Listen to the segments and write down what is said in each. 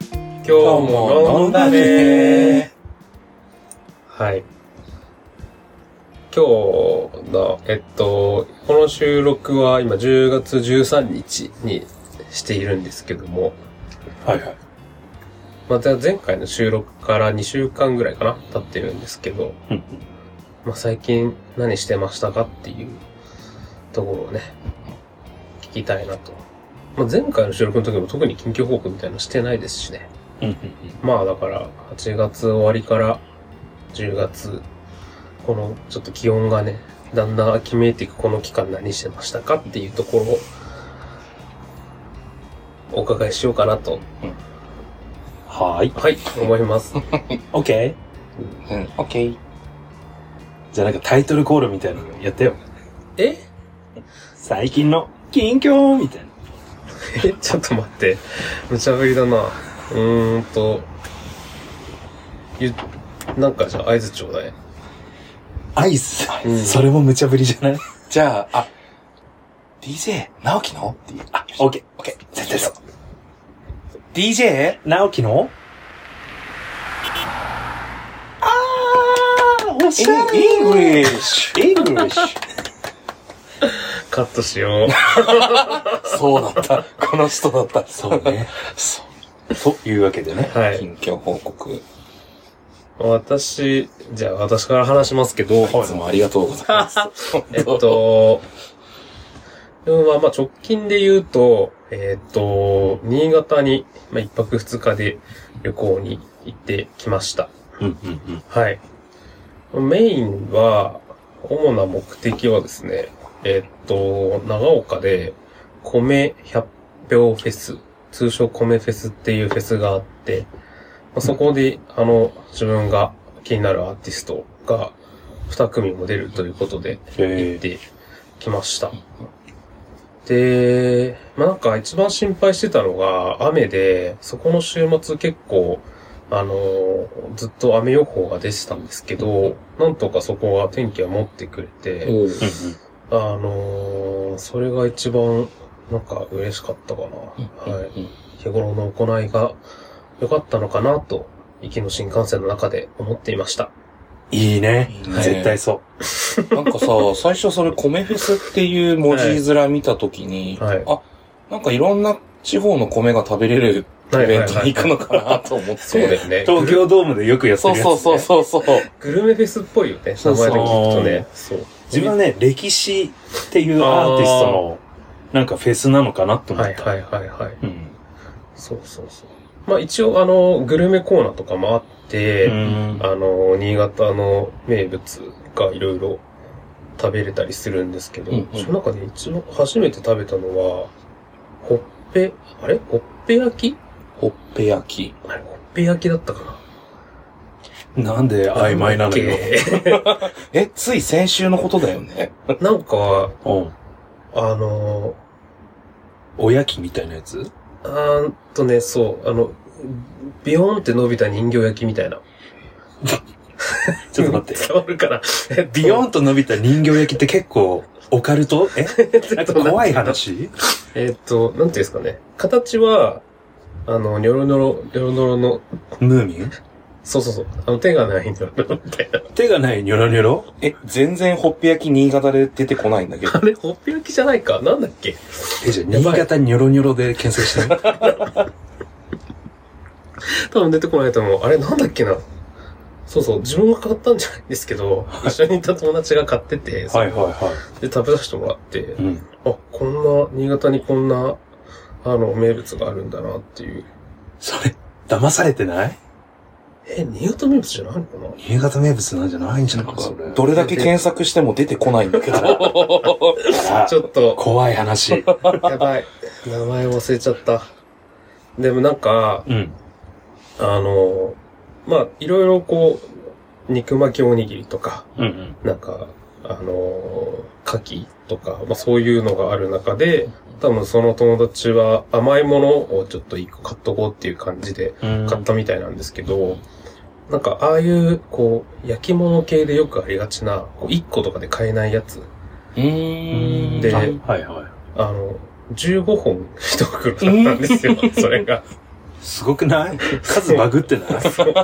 今日も飲んだねはい。今日の、えっと、この収録は今10月13日にしているんですけども、はいはい。また前回の収録から2週間ぐらいかな経ってるんですけど、うんまあ、最近何してましたかっていうところをね、聞きたいなと。まあ、前回の収録の時も特に緊急報告みたいなのしてないですしね。うんうんまあだから、8月終わりから10月、このちょっと気温がね、だんだん秋めいていくこの期間何してましたかっていうところをお伺いしようかなと、はーい。はい、思います。 オッケうん、オッケー。ーじゃあなんかタイトルコールみたいなのやってよ。え 最近の近況みたいな。え、ちょっと待って。無茶ぶりだな。うーんと、ゆ、なんかじゃあ合図ちょうだい。アイスうんそれも無茶ぶりじゃないじゃあ、あ、DJ、直樹のっていう。あ、オッケオッケー、絶対そう。DJ? ー。直樹のあーおしゃれイングリッシイングリッシュカットしよう。ュ。そうだった。この人だった。そうね。そというわけでね。 はう。い。近況報告。私、じゃあ私から話しますけど、いつもありがとうございます。えっと、うんまあ、まあ直近で言うと、えっと、新潟に、まあ、一泊二日で旅行に行ってきました。うんうんうん。はい。メインは、主な目的はですね、えっと、長岡で、米百票フェス、通称米フェスっていうフェスがあって、まあそこで、あの、自分が気になるアーティストが2組も出るということで、行っえてきました。で、まあ、なんか一番心配してたのが雨で、そこの週末結構、あのーずっと雨予報が出てたんですけど、なんとかそこは天気は持ってくれて、おー。うあのーそれが一番なんか嬉しかったかな。はい。日頃の行いが良かったのかなと、行きの新幹線の中で思っていました。んいいね。いいね絶対そなんかさ、最初それ、米フェスっていう文字面見たときに、はいあ、なんかいろんな地方の米が食べれるイはいベントに行くのかなと思って。そうだよね う。。東京ドームでよくやってるそうやつね。そうそうそうそう。グルメフェスっぽいよね。名そうそ前うだけ聞くとね。そう。自分はね、歴史っていうアーティストの、なんかフェスなのかなと思っはいた。はいはいはい。うん。そうそうそう。まあ一応あの、グルメコーナーとかもあって、うんあの、新潟の名物がいろいろ食べれたりするんですけど、うんうんその中で一応初めて食べたのは、ほっぺ、あれほっぺ焼きほっぺ焼き。あれ、ほっぺ焼きだったかななんで曖昧なのよ。え、つい先週のことだよね。 なんか、うん。あの、おやきみたいなやつあーんとね、そう、あの、ビヨーンって伸びた人形焼きみたいな。ちょっ と待って。伝わるから。えっと ビヨーンと伸びた人形焼きって結構、オカルトえ なんか怖い話えーっと、なんていうんですかね。形は、あの、ニョロニョロ、ニョロニョロの、ムーミンそうそうそう、あの、手 がないんだろみたいな。手がないニョロニョロえ、全然ほっぺ焼き新潟で出てこないんだけどあ。れ、ほっぺ焼きじゃないかなんだっけえ、じゃあ、や新ばい潟ニョロニョロで検索してね多分出てこないと思う。あれ、なんだっけなそうそう、自分が買ったんじゃないんですけど、一緒にいた友達が買ってて、 はいはいはで、食べさせてもらってい。、うん。あ、こんな、新潟にこんな、あの、名物があるんだなっていう。それ、騙されてないえ、新潟名物じゃないのかな新潟名物なんじゃないんじゃないなんか、それ。かどれだけ検索しても出てこないんだけど。あらちょっと、怖い 話。やばい。名前忘れちゃった。でもなんか、 うん。あの、まあ、いろいろこう、肉巻きおにぎりとか、うんうん。なんか、あの、牡蠣とか、まあ、そういうのがある中で、多分その友達は甘いものをちょっと一個買っとこうっていう感じで買ったみたいなんですけど、なんか、ああいう、こう、焼き物系でよくありがちな、こう一個とかで買えないやつ、うーん。でああはいはい。あの、15本一袋だったんですよ、それが。すごくない数バグって ない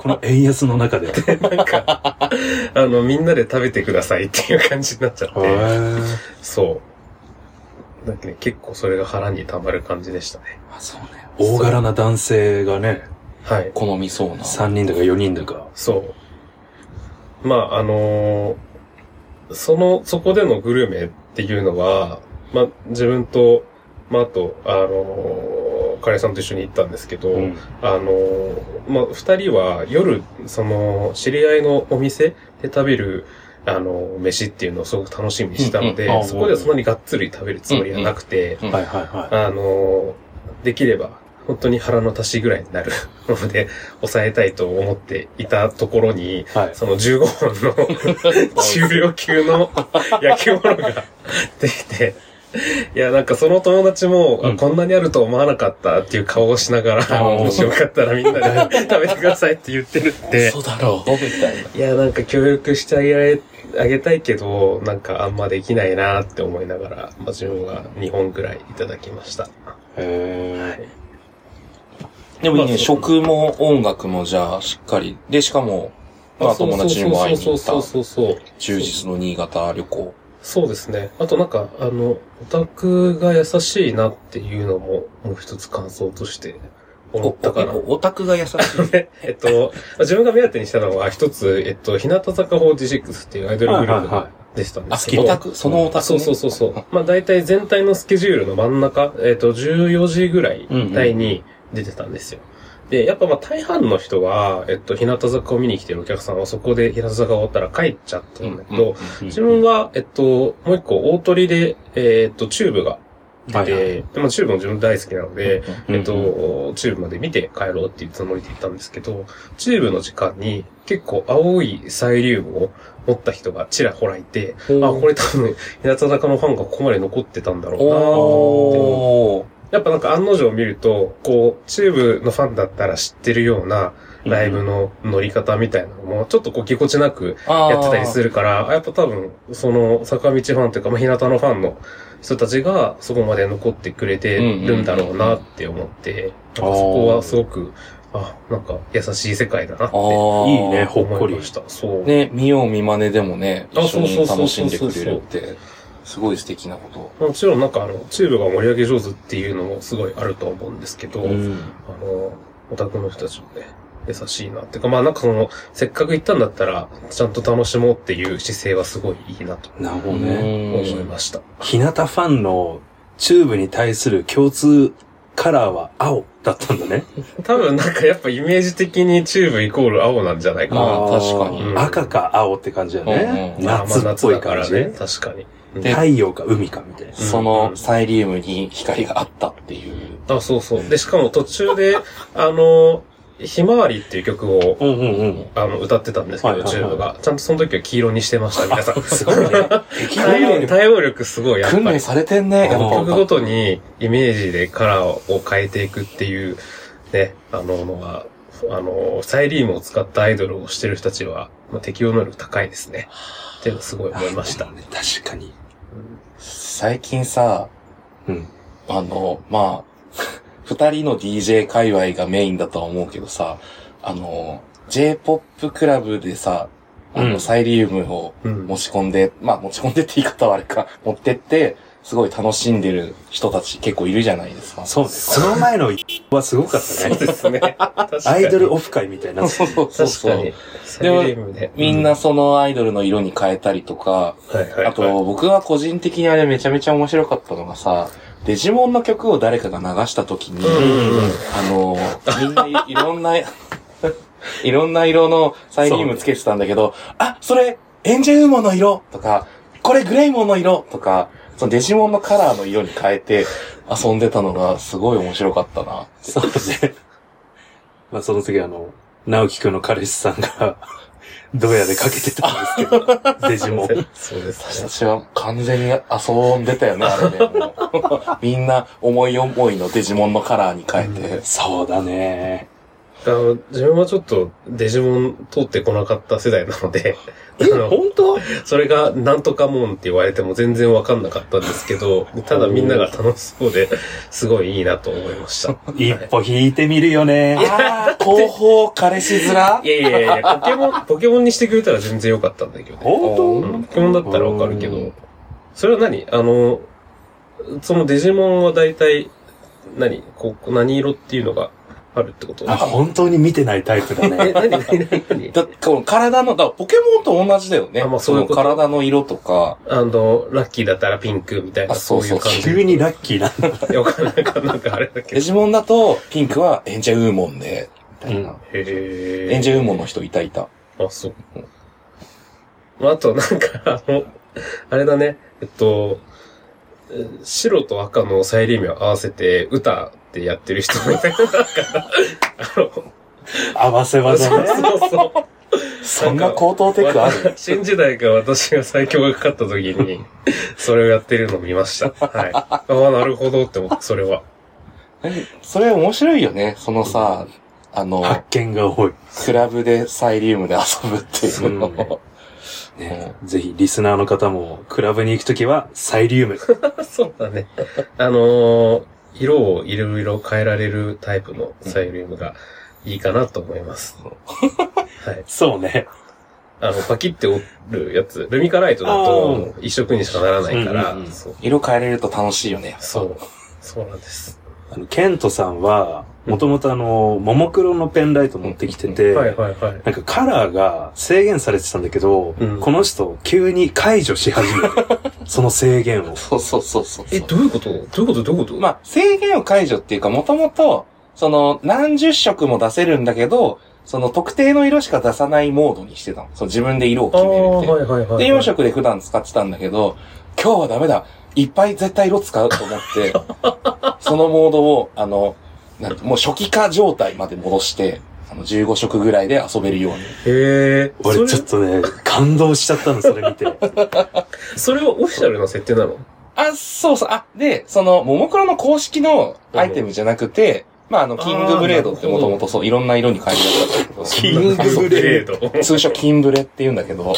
この円安の中で。へなんか、あの、みんなで食べてくださいっていう感じになっちゃって、ーそう。なんかね、結構それが腹に溜まる感じでしたね。あ、そうね。大柄な男性がね、はい。好みそうな。 3人だか4人だか。そう。まあ、あのーその、そこでのグルメっていうのは、まあ、自分と、まあ、あと、あのーカレーさんと一緒に行ったんですけど、うんあのーまあ、二人は夜、その、知り合いのお店で食べる、あのー飯っていうのをすごく楽しみにしたので、うんうんあそこではそんなにがっつり食べるつもりはなくて、うんはいはいはあのーできれば、本当に腹の足しぐらいになるので、抑えたいと思っていたところに、い。はい。その15本 の重量級の焼き物ができて、いや、なんかその友達も、あうんこんなにあると思わなかったっていう顔をしながら、ーもしよかったらみんなで 食べてくださいって言ってるって。そうだろう。みたいな。いや、なんか協力してあげられ、あげたいけど、なんかあんまできないなって思いながら、まあ、自分は2本ぐらいいただきました。はへいーでもいいまね、あそう食も音楽もじゃあしっかり。で、しかも、まあ友達にも会いに行ったそうそうそうそうそうそう。充実の新潟旅行。そうですね。あとなんか、あの、オタクが優しいなっていうのも、もう一つ感想として思ったかな。 おオタクが優しい。でえっと、自分が目当てにしたのは一つ、えっと、日向坂46っていうアイドルはグいルはいーはプでしたんであ、すけど。オタク、そのオタク、あね。そうそうそうそう。まあ大体全体のスケジュールの真ん中、えっ、と、14時ぐらい帯に出てたんですよ。で、やっぱまあ大半の人は、えっと、日向坂を見に来てるお客さんはそこで日向坂終わったら帰っちゃったんだけど、うんい。自分は、えっと、もう一個大鳥で、えっと、チューブが出て、はいはいでまあチューブも自分大好きなので、うんえっと、チューブまで見て帰ろうっていうつもりで行ったんですけど、チューブの時間に結構青いサイリウムを持った人がちらほらいて、うんあ、これ多分、日向坂のファンがここまで残ってたんだろうなと思っておー。やっぱなんか案の定見ると、こう、チューブのファンだったら知ってるようなライブの乗り方みたいなのも、ちょっとこう、ぎこちなくやってたりする。るから、あやっぱ多分、その、坂道ファンというか、まあ、日向のファンの人たちが、そこまで残ってくれてるんだろうなって思って、なんかそこはすごく、あ、なんか、優しい世界だなってあ思ーいいね、。ほっこいりま。した。そう。ね、見よう見真似でもね、あ一緒そうにそうそうそ楽しうんそでうそうくれるって、すごい素敵なこと。もちろんなんかあの、チューブが盛り上げ上手っていうのもすごいあると思うんですけど、うん。あの、オタクの人たちもね、優しいなっていうか、まあなんかその、せっかく行ったんだったら、ちゃんと楽しもうっていう姿勢はすごいいいなとなるほどうね。ん思いました。日向ファンのチューブに対する共通カラーは青だったんだね。多分なんかやっぱイメージ的にチューブイコール青なんじゃないかな。あー確かにうん赤か青って感じだね。うんうんまあまあ夏っぽい夏だ感じね。確かに。で太陽か海かみたいな。うんそのサイリウムに光があったっていう。あ、そうそう。で、しかも途中 で、あの、ひまわりっていう曲を、うんうんうん。あの、歌ってたんですけはいど、はいはいチューブが。ちゃんとその時は黄色にしてま した、皆さん。すごいね。適対応対応力すごい、やっ訓ぱり練。されてんね、やっぱ。曲ごとにイメージでカラーを変えていくっていう、ね、あの、のが、あの、サイリウムを使ったアイドルをしてる人たちは、まあ、適応能力高いですね。っていうのすごい思いました。ね。確かに。最近さ、うん。あの、まあ、 二人の DJ 界隈がメインだとは思うけどさ、あの、J-POP クラブでさ、あうの、んサイリウムをうん持ち込んで、まあ持ち込んでって言い方はあれか、 持ってって、すごい楽しんでる人たち結構いるじゃないですか。そうね。その前のはすごかったね。です ね。アイドルをオフ会みたいな。そうそうそ 確うそかうに。。サイリウムで。みんなそのアイドルの色に変えたりとか、はいはいはい。あと、僕は個人的にあれめちゃめちゃ面白かったのがさ、デジモンの曲を誰かが流した時に、うんうんうん。あの、みんないいろんな、い ろんな色のサイリウムつけてたんだけど、あ、それ、エンジェウーモンの色とか、これグレイモンの色とか、そのデジモンのカラーの色に変えて遊んでたのがすごい面白かったな。そうね。まあその次あの、直樹くんの彼氏さんが、 ドヤでかけてたんですけ ど、デジモン。そうですね。私は完全に遊んでたよね、あれね。もうみんな思い思いのデジモンのカラーに変えて。そうだね。あの、自分はちょっとデジモン通ってこなかった世代なので、あえ、の、本当それがなんとかもんって言われても全然わかんなかったんですけど、ただみんなが楽しそうで、すごいいいなと思いました。一歩引いてみるよね。あー、後方彼氏面いやいやいやい や、ポケモン、ポケモンにしてくれたら全然良かったんだけどね。本うん、ポケモンだったらわかるけうどん、それは何あの、そのデジモンは大体、何こう、何色っていうのがあるってこと当あ、本当に見てないタイプだえ、ね。何 何何だこの体の、だからポケモンと同じだよね。あまあそそういうのこと体の色とか。あの、ラッキーだったらピンクみたいな、あそそうういそうう感じ。急にラッキーなんだ。いやわかんないなんかあれだけデど。ジモンだと、ピンクはエンジェウーモンで、みたいな。へエンジェウーモンの人いたいた。あ、そう。まあ、あと、なんか、あの、あれだね、えっと、えー白と赤のサイリウムを合わせて、歌ってやってる人みたいな、なんか、あの、合わせ技そうね。そうそう。そんな高等テクある新時代が私が最強がかかった時に、それをやってるのを見ました。はい。ああ、なるほどって思った、それは。 それ面白いよね。そのさ、あの、発見が多い。クラブでサイリウムで遊ぶっていうのうんねぜひ、リスナーの方も、クラブに行くときは、サイリウム。そうだね。あのー色をいろいろ変えられるタイプのサイリウムがいいかなと思い ます。はい。そうね。あの、パキって折るやつ、ルミカライトだと一色にしかならないから、うんうんうんそう。色変えれると楽しいよね。そう。そうなんです。あの、ケントさんは、もともとあの、ももクロのペンライト持ってきてて、はいはいはい。なんかカラーが制限されてたんだけど、うんこの人急に解除し始める。 その制限を。そうそうそうそうそえ、うどういうことどういうことどういうことまあ、制限を解除っていうか、もともと、その、何十色も出せるんだけど、その特定の色しか出さないモードにしてたの。そう、自分で色をあ決めるあ、みたいなはいはいはい。で、4色で普段使ってたんだけど、今日はダメだ。いっぱい絶対色使うと 思って、そのモードを、あの、なんてもう初期化状態まで戻して、あの、15色ぐらいで遊べるように。へえ。俺ちょっと。とね、感動しちゃったの、それ見て。それはオフィシャルな設定なのあ、そうそう。あ、で、その、ももクロの公式のアイテムじゃなくて、まあ、あの、キングブレードってもともとそう、いろんな色に変えるやつだったけど、 キングブレード。通称キンブレって言うんだけど、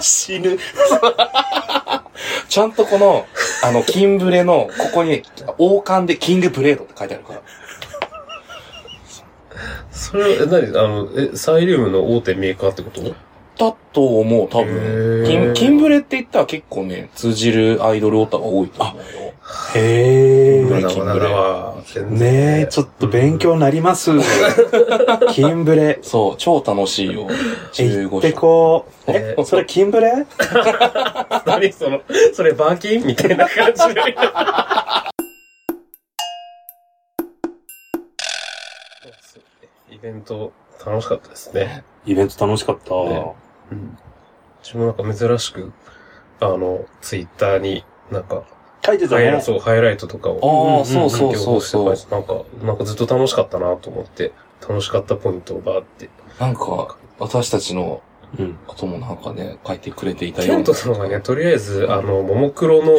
死ぬ。ちゃんとこの、あの、キンブレの、ここに、王冠でキングブレードって書いてあるから。それは、え、何あの、え、サイリウムの大手メーカーってことだと思う、多へ分。ーキン、キンブレって言ったら結構ね、通じるアイドルオタが多いと思うよ。へまー。だまだだわ。ねえ、ちょっと勉強になります。キンブレ。そう、超楽しいよ。え、 15行って色。こう。ええ、それキンブレっと。 何その、それバーキンみたいな感じで。イベント楽しかったですね。イベント楽しかった。ねうん。自分なんか珍しく、あの、ツイッターになんか、書いてたハイラね。そう、ハイライトとかをあうんあ、そうそうそうそう。なんか、なんかずっと楽しかったなと思って、楽しかったポイントをバーって。なんか、私たちのうん。こともなんかね、書いてくれていたよケうンな。トさんがね、とりあえず、あの、ももクロの、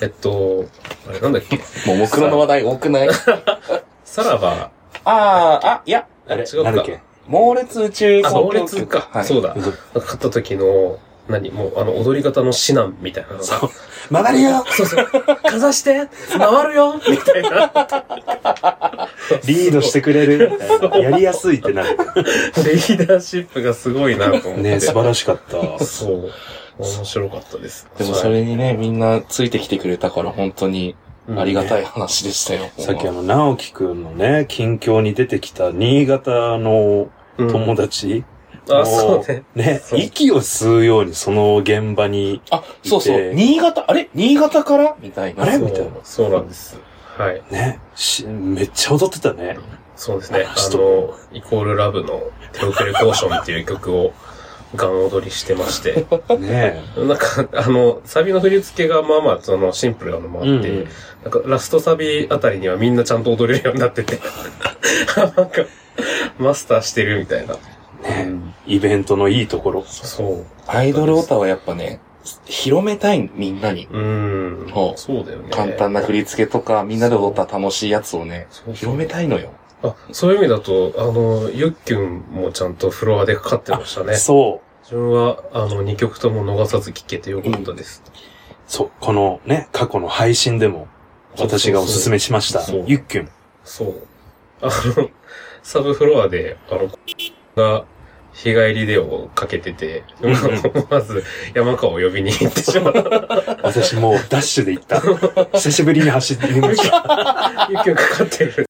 えっと、あれなんだっけ、ももクロの話題多く ないあさらば、あー、あ、いや、あれ違うかなんだっけ猛烈宇宙あ、交猛響烈曲か、はい。そうだ。買った時の、何もう、あの、踊り方の指南みたいなのが。そう。曲がるよそうそう。かざして回るよみたいな。リードしてくれるみたいな。やりやすいってなる。リーダーシップがすごいなと思って。 ね素晴らしかった。そう。面白かったです。でもそれにね、みんなついてきてくれたから本当にうん、ありがたい話でしたよ。さっきあの、直樹くんのね、近況に出てきた新潟のうん友達、あ、そうね。ね、そう息を吸うようにその現場に、あ、そうそ。いうて新潟、あれ新潟からみたいな。あれそうみたいなそうなんです。はい。ね、しめっちゃ踊ってたね。そうですね。あちょの、イコールラブの手遅れポーションっていう曲をガン踊りしてま して。ね なんか、あの、サビの振り付けがまあまあ、その、シンプルなのもあうっんて、うん。なんか、ラストサビあたりにはみんなちゃんと踊れるようになって て、なんか、マスターしてるみたいな。うんイベントのいいところ。そう。アイドルオタはやっぱね、広めたい、みんなに。うんそ。うそうだよね。簡単な振り付けとか、みんなで踊った楽しいやつをね、そうそう広めたいのよ。あ、そういう意味だと、あの、ユッキュンもちゃんとフロアでかかってましたね。そう。自分は、あの、2曲とも逃さず聴けてよかったです。そう、このね、過去の配信でも、私がおすすめしましたそう。ゆっきゅん。そう。あの、サブフロアで、あの、が、日帰りでをかけてて、うんうん思わず山川を呼びに行ってしまった。私もうダッシュで 行った。久しぶりに走ってみました。ユッキュンかかってる。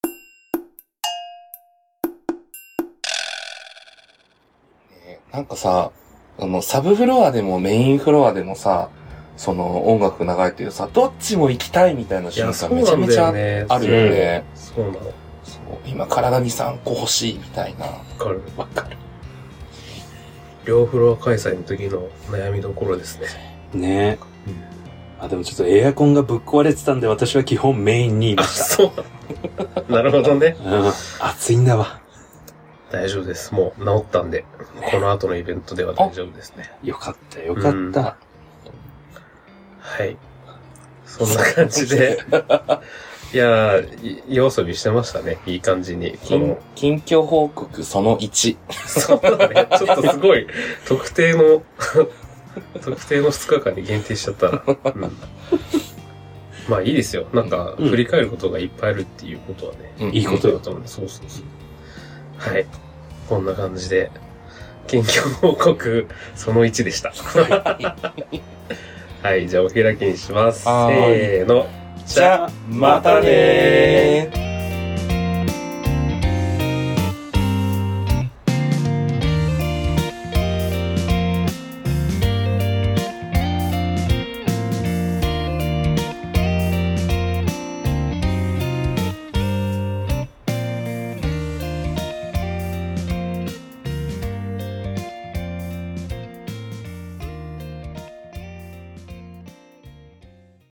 ねなんかさ、あの、サブフロアでもメインフロアでもさ、その音楽流れてるさ、どっちも行きたいみたいない瞬や、そ間うめちなゃんめちだよゃね。あるよね。そうなの。わそう今体に3個欲しいみたいな。かる。わ かる。両フロア開催の時の悩みどころですね。ねあ、でもちょっとエアコンがぶっ壊れてたんで、私は基本メインにいまあ、しそう。なるほどね。た。うん。暑いんだわ。大丈夫です。もう治ったんで、この後のイベントでは大丈夫ですね。よかった、よかった。はい。そんな感じで。いやー、い夜遊びしてましたね。いい感じに。こ近の、近況報告その1。そうだね。 ちょっとすごい、特定の、 特定の2日間に限定しちゃったな。うん、まあいいですよ。なんか、うん振り返ることがいっぱいあるっていうことはね。いいことそうよだ。と思うんでそうそうそう。はい。こんな感じで、近況報告その1でした。 はい、じゃあお開きにします。せはーいーの。じゃあ、またねー